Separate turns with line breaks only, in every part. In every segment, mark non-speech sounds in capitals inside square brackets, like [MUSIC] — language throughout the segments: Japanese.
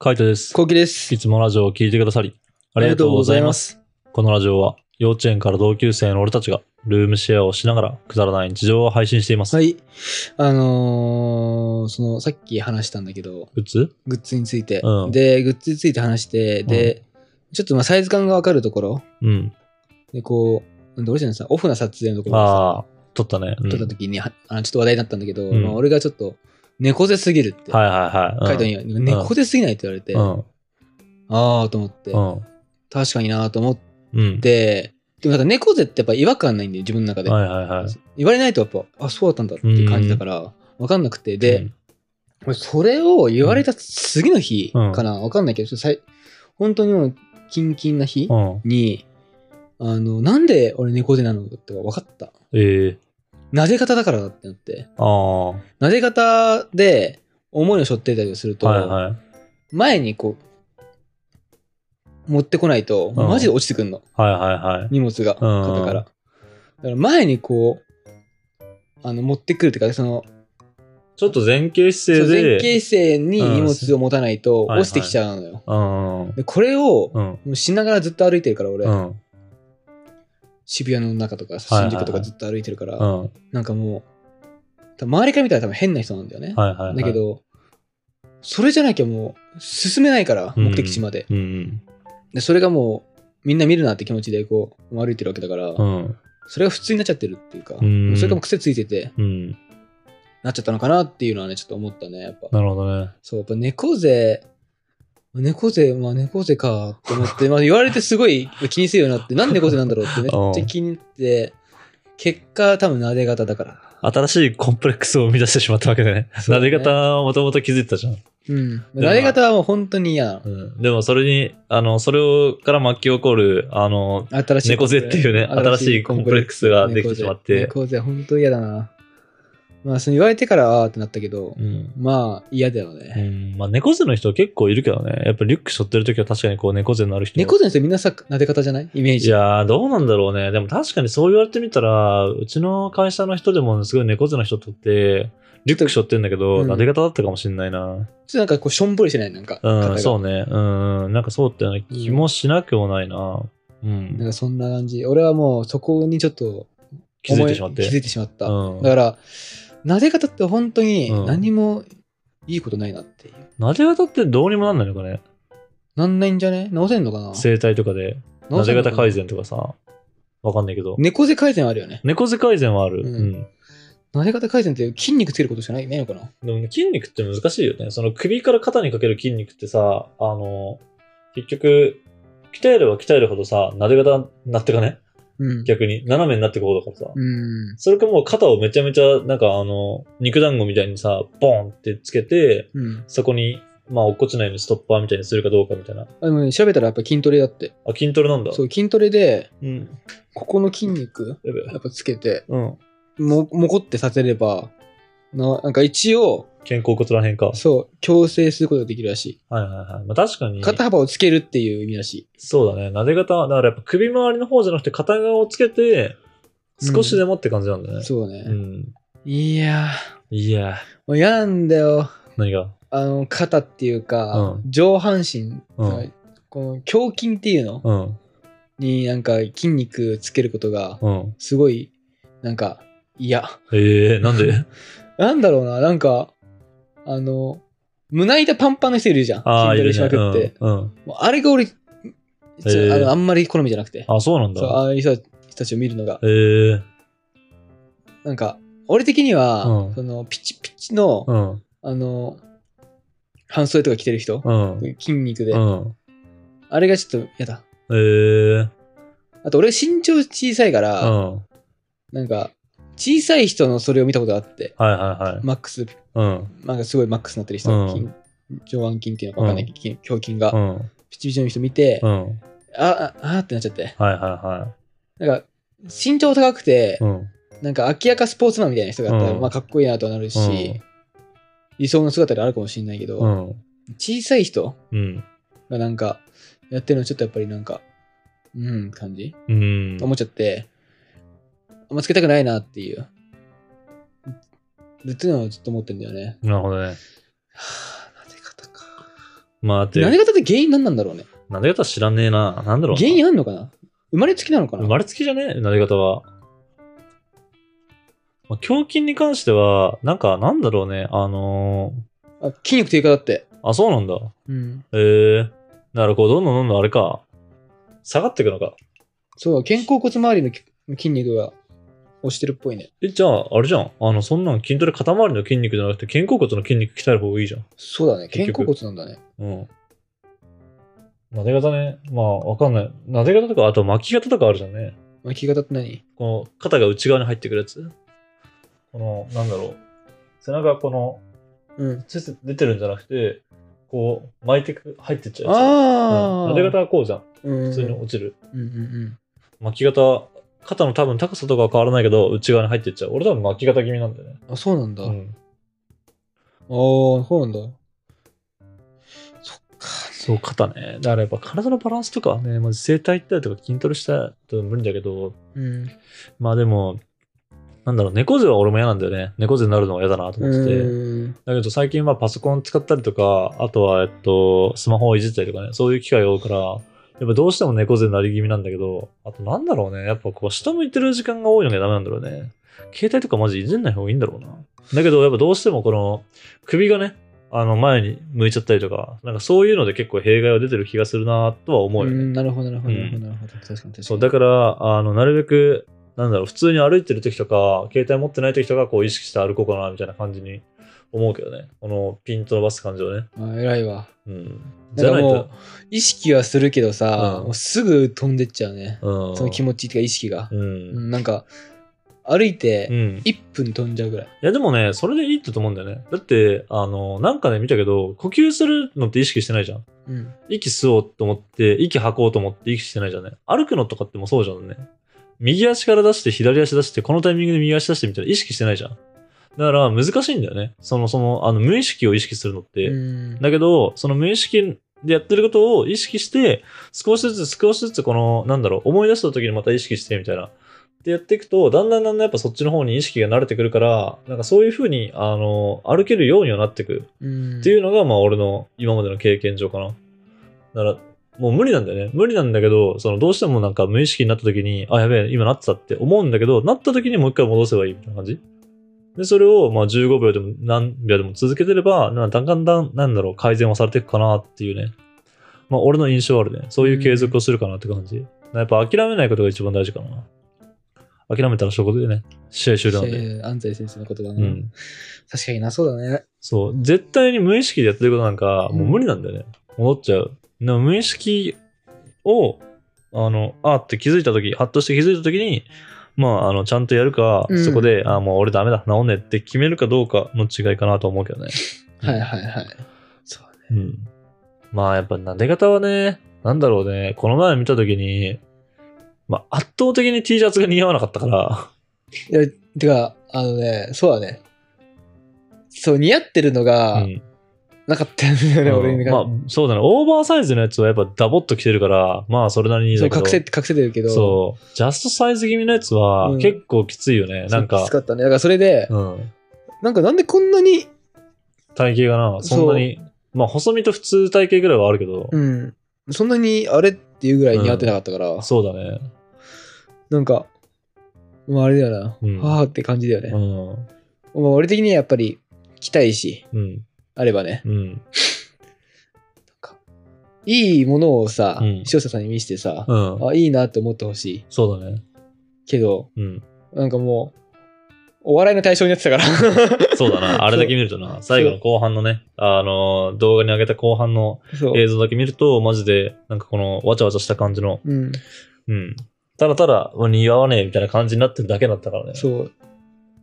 カイトです。
コウキです。
いつもラジオを聞いてくださり、あ
あ
りがとうございます。
す。
このラジオは、幼稚園から同級生の俺たちが、ルームシェアをしながら、くだらない日常を配信しています。
はい。あのーその、さっき話したんだけど、
グッズ
グッズについて。
うん
で、グッズについて話して、で、ちょっとまあサイズ感がわかるところ、
うん。
で、こう、どうしてんのさ、オフな撮影のところ
ああ、撮ったね。うん
を撮った時に、はあのちょっと話題になったんだけど、
うん
まあ、俺がちょっと、猫背すぎるって、
はいはいはい。
カイトに、猫背すぎないって言われて、
う
あ
ん。
あーと思って、
うん。
確かになーと思っ
うん。
て、でもなんか猫背ってやっぱ違和感ないんだよ、自分の中で。
はいはいはい。
言われないとやっぱ、あ、そうだったんだっていう感じだから、わかんなくて、で、俺それを言われた次の日かな、わかんないけど、さい本当にもう、キンキンな日
うん、うん。
に、あの、なんで俺猫背なのって分かった。
ええ
撫で方だからだってなって。
ああ、は
撫で方で、思いを背負ってたりする
い
と、
はい。
前にこう、持ってこないと、
うん
マジで落ちてくんの。
はいはいはい。
荷物が、肩から。だから前にこう、あの、持ってくるっていうか、その、
ちょっと前傾姿
そう
勢で。
前傾姿勢に荷物を持たない
う
と
んはいはい
落ちてきちゃうのよ。
うん。
でこれを
うん。
もうしながらずっと歩いてるから俺、
うん。
渋谷の中とか
はいはい
新宿とかずっと歩いてるから、
うん。はい
なんかもう多分周りから見たら多分変な人なんだよね。
はいはい。
だけ。どそれじゃなきゃもう進めないから
うん
目的地まで,、
うん。
でそれがもうみんな見るなって気持ちでこう歩いてるわけだから、
うん。
それが普通になっちゃってるっていうか、
ん
それがもう癖ついてて
うん。
なっちゃったのかなっていうのはねちょっと思ったねやっぱ。
なるほどね。
そう、やっぱ猫背、猫背、まあ猫背かと思って、まあ言われてすごい気にするようになって、なんで猫背なんだろうってめっちゃ気になって、結果多分撫で方だから。
新しいコンプレックスを生み出してしまったわけだね。
そう
撫
だね
で方はもともと気づいてたじゃん。
うん。撫で方はもう本当に嫌なの
うん、でもそれに、あの、それをから巻き起こる、あの、
新しい。
猫背っていうね、新しいコンプレックスができてしまって。
猫背、猫背本当に嫌だな。まあその言われてからはあーってなったけど、
うん。
まあ嫌だよ
う
ね。
ん、まあ猫背の人結構いるけどね。やっぱリュック背負ってる時は確かにこう猫背になる人も。
猫背の人みんなさ、撫で方じゃないイメー
い
ジ。
やー、どうなんだろうね。でも確かにそう言われてみたら、うちの会社の人でもすごい猫背の人とって、リュック背負ってんだけど、
うん
撫で方だったかもしんないな。
ちょっとなんかこうしょんぼりしてないなんか。
う
肩
ん、
が
そうね。うん、なんかそうってような気もしなくもないな。うん。
なんかそんな感じ。俺はもうそこにちょっと
気づいてしまっ
思
て。
気づいてしまった。
うん
だから、撫で方って本当に
うん
何もいいことないなっていう。
撫で方ってどうにもなんないのかね。
なんないんじゃね直せんのかな
整体とかで。
直
撫
せ
で
ん
方
のかな
改善とかさ。わかんないけど。
猫背改善はあるよね。
猫背改善はある。
うん
うん
撫で方改善って筋肉つけることじゃないないのかな
でもね筋肉って難しいよね。その首から肩にかける筋肉ってさ、あの、結局、鍛えれば鍛えるほどさ、撫で方になってかね
うん。
逆に。斜めになってくほどだからさ。
うん。
それかもう肩をめちゃめちゃ、なんかあの、肉団子みたいにさ、ボンってつけて、
うん。
そこに、まあ落っこちないようにストッパーみたいにするかどうかみたいな。
あでもね、調べたらやっぱ筋トレだって。
あ、筋トレなんだ。
そう、筋トレで、
うん。
ここの筋肉、
やべえ
やっぱつけて、
うん。
も、もこってさせれば、ななんか一応、
肩甲骨らへんか。はい
そう、矯正することができるらし
はいはい。まあ確かに
い。。肩幅をつけるっていう意味らしい。
そうだね。撫で方は、だからやっぱ首周りの方じゃなくて片側をつけて、少しでもって感じなんだね。
そうね。
うん。
いやー、
いやー、
もう嫌なんだよ。
何が
あの肩っていうか、
う
上半身、
うん
この胸筋っていうの
うん。
になんか筋肉つけることが
うん。
すごいなんか嫌
ええー、
[LAUGHS]
なんで
なんだろうななんかあの胸板パンパンの人いるじゃん
ああ、
筋
い
ト
る
レしま
ね。
くって
うん。うん
もうあれが俺、ちょ
へえ
あのあんまり好みじゃなくて
あ、そうなん
そう
だ。
ああいう人たちを見るのが
ええー、
なんか俺的には、
うん
そのピチピチの、
うん。
あの半袖とか着てる人、
うん。
筋肉で、
うん。
あれがちょっと嫌だ
ええ
あと俺身長小さいか
ー、う
ら、
ん。
なんか小さい人のそれを見たことがあって、
はいはいはい。
マックス、
うん。
なんかすごいマックスになってる人、
うん
筋上腕筋っていうのかわかんないけど、筋胸筋が、
うん。
ピチピチの人見て、
う
あ
ん。
あ、あーってなっちゃって。
はいはいは
なんか身長高くて
い。う、ん。
なんか明らかスポーツマンみたいな人があったら、
うん
まあかっこいいなとはなるし、
うん
理想の姿であるかもしれないけど、
うん。
小さい人
うん。
がなんかやってるのちょっとやっぱりなんか、うん、感じ
うん。
思っちゃって、あんまつけたくないなっていう。でっていうのをずっと思ってんだよね。
なるほどね。
はぁ、撫で方か。
まあ、って、
なで方って原因何なんだろうね。
なで方知らねえな。なんだろうな。
原因あんのかな生まれつきなのかな
生まれつきじゃねえなで方は。まあ、胸筋に関しては、なんか、なんだろうね。あの
あ筋肉低下だって。
ーあ、そうなんだ。
うん。
へえだからこう、どんどんどんどんあれか、下がっていくのか。
そう、肩甲骨周りのき筋肉が押してるっぽいね。
え、じゃあ、あれじゃん。あの、そんなん筋トレ肩周りの筋肉じゃなくて、肩甲骨の筋肉鍛える方がいいじゃん。
そうだね。
結
肩
局
甲骨なんだね。
うん。なで方ね。まあ、わかんない。なで方とか、あと巻き方とかあるじゃんね。
巻き方って何
この肩が内側に入ってくるやつ。この、なんだろう。背中がこの、
うん。
つつ出てるんじゃなくて、こう、巻いてく、入ってっちゃうやつ。
ああ。
うんなで方はこうじゃん。
うん
普通に落ちる。
うんうんうん。
巻き方、肩の多分高さとかは変わらないけど、内側に入ってっちゃう。俺多分巻き方気味なんだよね。
あ、そうなんだ。
う
ああ、
ん。
そうなんだ。そっか。
そう、肩ね。だからやっぱ体のバランスとかはね、まず整体行ったりとか筋トレしたと無理だけど、
うん。
まあでも、なんだろう、猫背は俺も嫌なんだよね。猫背になるのは嫌だなと思ってて。
うん。
だけど最近はパソコン使ったりとか、あとは、えっと、スマホをいじったりとかね、そういう機会が多いから、やっぱどうしても猫背になり気味なんだけど、あとなんだろうね、やっぱこう下向いてる時間が多いのがダメなんだろうね。携帯とかマジいじんない方がいいんだろうな。だけどやっぱどうしてもこの首がね、あの前に向いちゃったりとか、なんかそういうので結構弊害は出てる気がするなとは思うよね。
うんなるほど、なるほど、なるほ
う
ど、なるほど。確かに確かに。
そうだからあのなるべくなんだろう普通に歩いてる時とか携帯持ってない時とかこう意識して歩こうかなみたいな感じに思うけどねこのピンと伸ばす感じをね、
あ偉いわ。
うん、じ
な
ゃ
ん
な
か
い
も
と
う、意識はするけどさ、
うん
もうすぐ飛んでっちゃうね。
うん
その気持ちっていうか意識が。
うん、
うんなんか、歩い
うん
て、
い
1分飛んじゃうぐらい。
やでもねそれでいいってと思うんだよねだってあのなんかね見たけど呼吸するのって意識してないじゃん
うん。
息吸おうと思って息吐こうと思って息してないじゃんね歩くのとかってもそうじゃんね右足から出して左足出してこのタイミングで右足出してみたいな意識してないじゃんだから難しいんだよねそのそのあの無意識を意識するのって、
うん
だけどその無意識でやってることを意識して少しずつ少しずつこのなんだろう思い出した時にまた意識してみたいなってやっていくとだんだんだんだんやっぱそっちの方に意識が慣れてくるからなんかそういう風にあの歩けるようにはなってく
うん
っていうのが、まあ、俺の今までの経験上かな。だから、もう無理なんだよね。無理なんだけど、そのどうしてもなんか無意識になった時に、あ、やべえ、今なってたって思うんだけど、なった時にもう一回戻せばいいみたいな感じ。で、それをまあ15秒でも何秒でも続けてれば、なんかだんだん、なんだろう、改善はされていくかなっていうね。まあ、俺の印象はあるね。そういう継続をするかなって感じ。やっぱ諦めないことが一番大事かな。諦めたらそこでね、試合終了なんで。
せー安西先生のことだ
う
な、
ん。
確かにな、そうだね。
そう、絶対に無意識でやってることなんか、
うん
もう無理なんだよね。戻っちゃう。でも無意識を、あの、あーって気づいたとき、ハッとして気づいたときに、まあ、あの、ちゃんとやるか、
うん
そこで、あーもう俺ダメだ、治んねって決めるかどうかの違いかなと思うけどね。
はいはいはい。そうね。
うん。まあ、やっぱ、撫で方はね、なんだろうね、この前見たときに、まあ、圧倒的に T シャツが似合わなかったから、
いや、てか、あのね、そうだね。そう、似合ってるのが、
うん
なかったんだよね、俺に
まあ、そうだね、オーバーサイズのやつはやっぱダボっと着てるから、まあ、それなりにいい
そ
だ
う
けど
隠せ、隠せてるけど、
そう。ジャストサイズ気味のやつは
うん
結構きついよね。なん
そう
か
きつ、かったね。だからそれで、
うん、
なんかなんでこんなに、
体型がな、そんなに、まあ細身と普通体型ぐらいはあるけど、
うん、そんなにあれっていうぐらい似合ってなかったから、
そうだね。
なんか、まああれだよな、
うん
はあって感じだよ
う
ね。
ん。
まあ俺的にはやっぱり、着たいし、
うん。
あればね、
うん。
いいものをさ、
うん
視聴者さんに見せてさ、
うん。
あ、いいなって思ってほしい
そうだね。
けど、
うん。
なんかもう、お笑いの対象になってたから。 [LAUGHS]
そうだな。あれだけ見るとな、最後の後半のね、あの、動画に上げた後半の
そう。
映像だけ見ると、マジで、なんかこの、わちゃわちゃした感じの、
うん、
うん。ただただ、似合わねえみたいな感じになってるだけだったからね。
そう、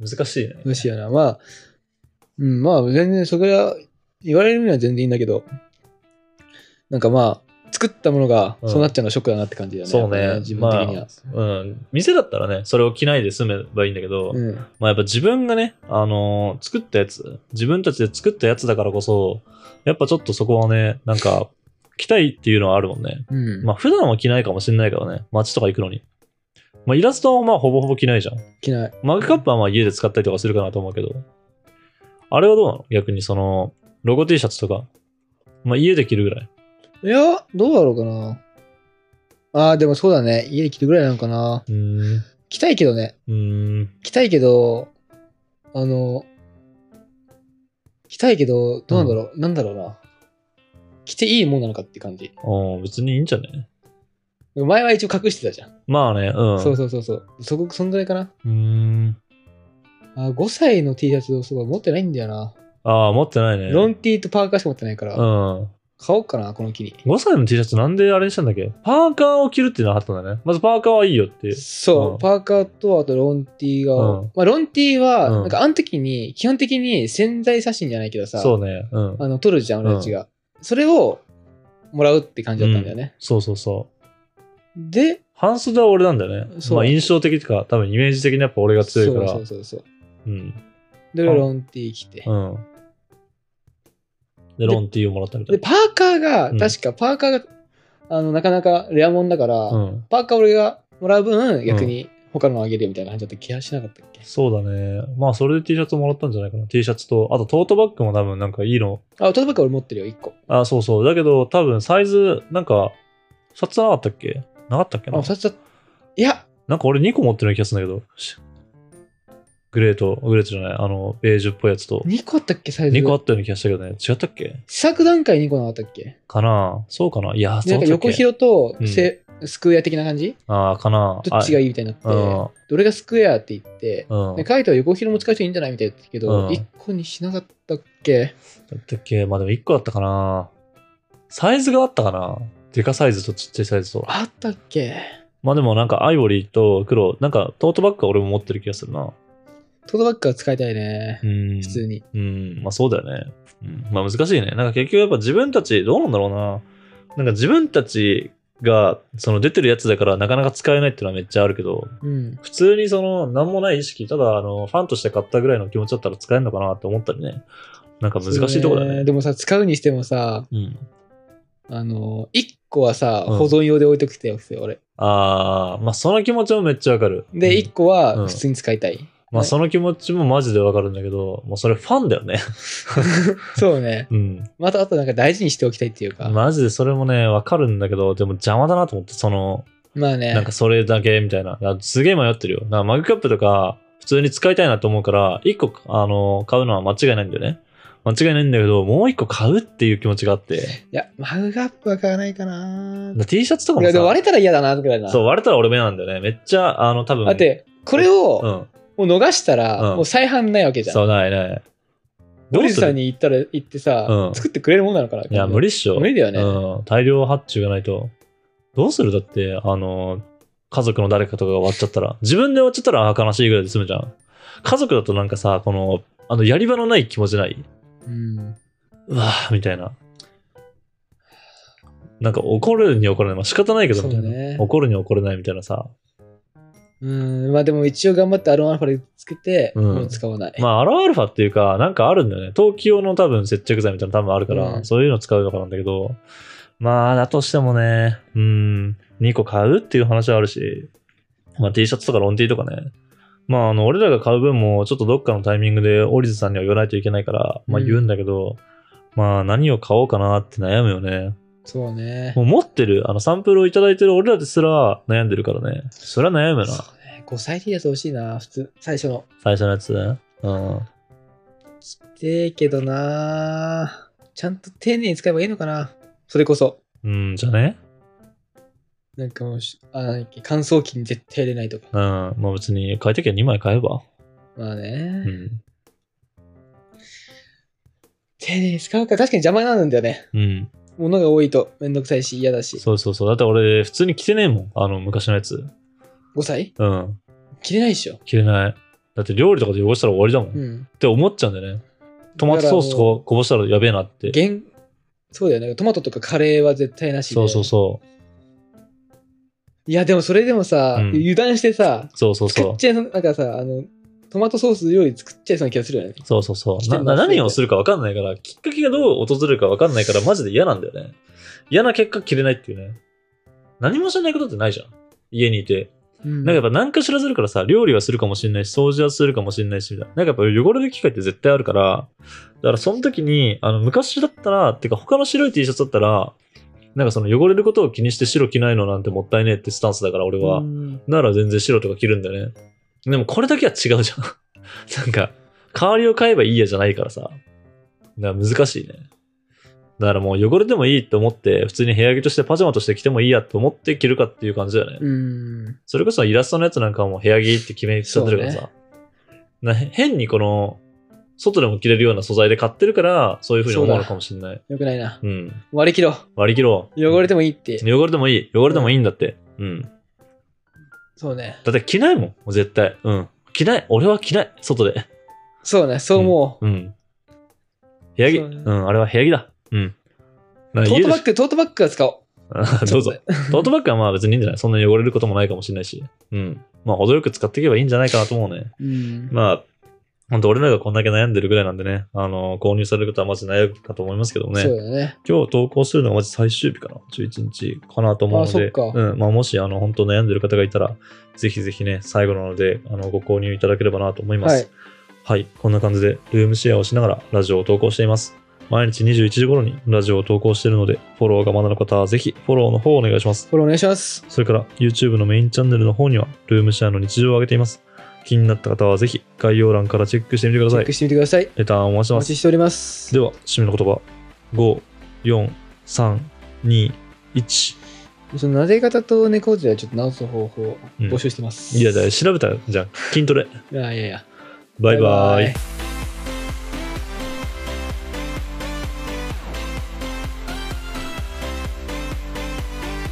難しいね。
どうしような。まあ、うん、まあ、全然、それは、言われるには全然いいんだけど、なんかまあ、作ったものが、
うん
そうなっちゃうのはショックだなって感じだよね。
そうね
自分的には。
うん。店だったらね、それを着ないで済めばいいんだけど、
うん。
まあやっぱ自分がね、あのー作ったやつ、自分たちで作ったやつだからこそ、やっぱちょっとそこはね、なんか、着たいっていうのはあるもんね。
うん。
まあ普段は着ないかもしれないからね、街とか行くのに。まあイラストはまあほぼほぼ着ないじゃん。
着ない。
マグカップはまあ家で使ったりとかするかなと思うけど、あれはどうなの逆にその、ロゴ T シャツとか、まあ、家で着るぐらい。
いや、どうだろうかな。ああ、でもそうだね。家で着るぐらいなのかな。
うーん。
着たいけどね。
うーん。
着たいけど、あの、着たいけど、どうなんだろう。なんだろうな。着ていいもんなのかって感じ。
あー別にいいんじゃね
前は一応隠してたじゃん。
まあね、うん。
そうそうそうそう。そこ、そんぐらいかな。
うーん。
あ5歳の T シャツをすごい持ってないんだよな。
ああ、持ってないね。
ロン T とパーカーしか持ってないから、
うん。
買おうかな、この機に。
5歳の T シャツなんであれにしたんだっけパーカーを着るっていうのがあったんだね。まずパーカーはいいよっていう。
そう、
うん
パーカーとあとロン T が、
うん
まあロン T は、
うん
なんかあの時に、基本的に潜在写真じゃないけどさ、
そうね。うん。
あの撮るじゃん、俺たちが。それをもらうって感じだったんだよね。
そうそうそう。
で、
半袖は俺なんだよね。
そう
まあ印象的っていうか、多分イメージ的にやっぱ俺が強いから。
そうそうそうそう。
うん。
で、
あ
ロン T 着て。
うん。で、ロン T をもらったみた
で、
い
パーカーが、
うん
確かパーカーが、あの、なかなかレアもんだか
な。
ら、
うん。
パーカー俺がもらう分、逆に他のあげるよみたいな感じだった気がしなかったっけ
そうだね。まあ、それで T シャツもらったんじゃないかな。T シャツと、あとトートバッグも多分なんかいいの。
あ、トートバッグ俺持ってるよ、1個。
あ、そうそう。だけど、多分サイズ、なんか、2つなかったっけなかったっけな
あ、さっさ、いや、
なんか俺2個持ってるような気がするんだけど。しグレーと、グレーとじゃない、あの、ベージュっぽいやつと。
2個あったっけ、サイズ
2
が。
個あったような気がしたけどね。違ったっけ
試作段階2個なかったっけ
かなそうかないや、
で
そ
な
うん
か
だっ
横
け
広とせ、スクエア的な感じ
ああ、かな
どっちがいいみたいになって、
あうん
どれがスクエアって言って、
うん。
でカイトは横広も使う人いいんじゃないみたいだったけど、
うん
1個にしなかったっけ
だったっけまあでも1個だったかなサイズがあったかなでかサイズとちっちゃいサイズと。
あったっけ
まあでもなんかアイボリーと黒、なんかトートバッグは俺も持ってる気がするな。
トートバッグは使いたいね
う。ん。
普通に。
うん。まあそうだよね。うん、まあ難しいね。なんか結局やっぱ自分たち、どうなんだろうな。なんか自分たちがその出てるやつだからなかなか使えないっていうのはめっちゃあるけど、
うん。
普通にその何もない意識、ただあのファンとして買ったぐらいの気持ちだったら使えるのかなって思ったりね。なんか難しいとこだ
そう
ね。
でもさ、使うにしてもさ、
うん。
あの、1個はさ、
うん
保存用で置いとくてよ、俺。
ああ、まあその気持ちもめっちゃわかる。う
で、
ん
1個は普通に使いたい。
まあその気持ちもマジでわかるんだけど、もうそれファンだよね。
そうね。
うん。
また、あとなんか大事にしておきたいっていうか。ま
マジでそれもね、わかるんだけど、でも邪魔だなと思って、その、
あね。
なんかそれだけみたいな。あすげえ迷ってるよ。なんかマグカップとか、普通に使いたいなと思うから、一個、あの、買うのは間違いないんだよね。間違いないんだけど、もう一個買うっていう気持ちがあって。
いや、マグカップは買わないかな
だ T シャツとか
い
も
や、でも割
さ、
れたら嫌だな、ぐらいな。
そう、割れたら俺目なんだよね。めっちゃ、あの、多分。
だって、これ
う
を
ん。
もう逃したら、
うん
もう再販ないわけじゃ
そ
ん。
う、ないない。
ドリ
す
ス
る
さんに行ったら、行ってさ
う、ん
作ってくれるもんなのかな。
いや、無理っしょ。
無理だよね
うん。大量発注がないと。どうするだって、あの、家族の誰かとかが割っちゃったら。自分で割っちゃったらあー悲しいぐらいで済むじゃん。家族だとなんかさ、この、あの、やり場のない気持ちない
うん。
うわーみたいな。なんか怒るに怒らない。まあ、仕方ないけど、みたいな
そうね
怒るに怒れないみたいなさ。
うん。まあでも一応頑張ってアロンアルファでつけて、
うん
もう使わない。
まあ、アロンアルファっていうか、なんかあるんだよね。冬季用の多分接着剤みたいなの多分あるから、
うん
そういうの使うとかなんだけど、まあ、だとしてもね、うん、2個買うっていう話はあるし、まあ、T シャツとかロン T とかね。まあ、あの、俺らが買う分も、ちょっとどっかのタイミングで、オリズさんには言わないといけないから、まあ、
うん
言うんだけど、まあ、何を買おうかなって悩むよね。
そうね。
もう持ってる、あの、サンプルをいただいてる俺らですら悩んでるからね。それは悩むよな、
そうね5歳 T シャツ欲しいな、普通、最初の。
最初のやつね。うん。
でけどなちゃんと丁寧に使えばいいのかな。それこそ。
うん、じゃね
なんかもうし、あなんだっけ乾燥機に絶対入れないとか。
うん。まあ別に買いたきゃ2枚買えば。
まあ
う
ね。
ん。
丁寧に使うから確かに邪魔なんだよね。
うん。
物が多いとめんどくさいし嫌だし。
そうそうそう。だって俺、普通に着てねえもん。あの、昔のやつ。
5歳
うん。
着れないでしょ。
着れない。だって料理とかで汚したら終わりだもん。
う
っ
ん。
て思っちゃうんだよね。トマトソース
だからも
とかこぼしたらやべえなって
う。。現そうだよね。トマトとかカレーは絶対なしで。
そうそうそう。
いや、でもそれでもさ、
うん
油断してさ、
そうそう
作
そ
っ
う。
ちゃいそう、なんかさ、あの、トマトソース料理作っちゃいそうな気がするよね。
そうそうそ
着
う。
て
な
ます
な何をするか分かんないから、きっかけがどう訪れるか分かんないから、マジで嫌なんだよね。嫌な結果着れないっていうね。何もしないことってないじゃん。家にいて、
う
な
ん
んかやっぱ何かしらするからさ、料理はするかもしれないし、掃除はするかもしれないし、みたいな。なんかやっぱ汚れる機会って絶対あるから、だからその時に、あの、昔だったら、てか他の白い T シャツだったら、なんかその汚れることを気にして白着ないのなんてもったいねえってスタンスだから俺は、
うん
なら全然白とか着るんだよね。でもこれだけは違うじゃん。なんか、代わりを買えばいいやじゃないからさ。だから難しいね。だからもう汚れてもいいと思って、普通に部屋着としてパジャマとして着てもいいやと思って着るかっていう感じだよね。
うん。
それこそイラストのやつなんかはもう部屋着って決めちゃってるからさ。な変にこの、外でも着れるような素材で買ってるから、そういう風に思うのかもしれない。
よくないな。
うん。
割り切ろ
割り切ろ
う。汚れ
て
てもいいって。
も、汚れてもいい。汚れてもいいんだって。うん。
そうね。
だって着ないもん、もう絶対。うん。着ない。俺は着ない。外で。
そうね。そう思う。
うん。部屋着。
そう
う
ね
ん、あれは部屋着だ。うん。ト
トートバッグ、トートバッグは使おう。 [LAUGHS]
グどうぞ。トートバッグはまあ別にいいんじゃないそんなに汚れることもないかもしれないし。うん。まあ程よく使っていけばいいんじゃないかなと思うね。
うん。
まあ、ほんと俺らがこんだけ悩んでるぐらいなんでね、あの、購入される方はまず悩むかと思いますけどもね。
そうだね。
今日投稿するのがまず最終日かな、11日かなと思うので、
あそっか
うんまあ、もしあの本当悩んでる方がいたら、ぜひぜひね、最後なのであのご購入いただければなと思います。
は
はいい、。こんな感じでルームシェアをしながらラジオを投稿しています。毎日21時頃にラジオを投稿しているので、フォローがまだの方はぜひフォローの方をお願いします。
フォローお願いします。
それから YouTube のメインチャンネルの方には、ルームシェアの日常を上げています。気になった方はぜひ概要欄からチェックしてみてくだ
チ
さ
ェッ
い
ク。してみてください。
レターンお待ちしてます
お待。ちしております。
では、締めの言葉。5、4、3、2、1。
その撫で方と猫背はちょっと直す方法を
うん
募集してます。
いやだよ、調べたじゃん。筋トレ。
いやいやいや。
バイバイ。
イ。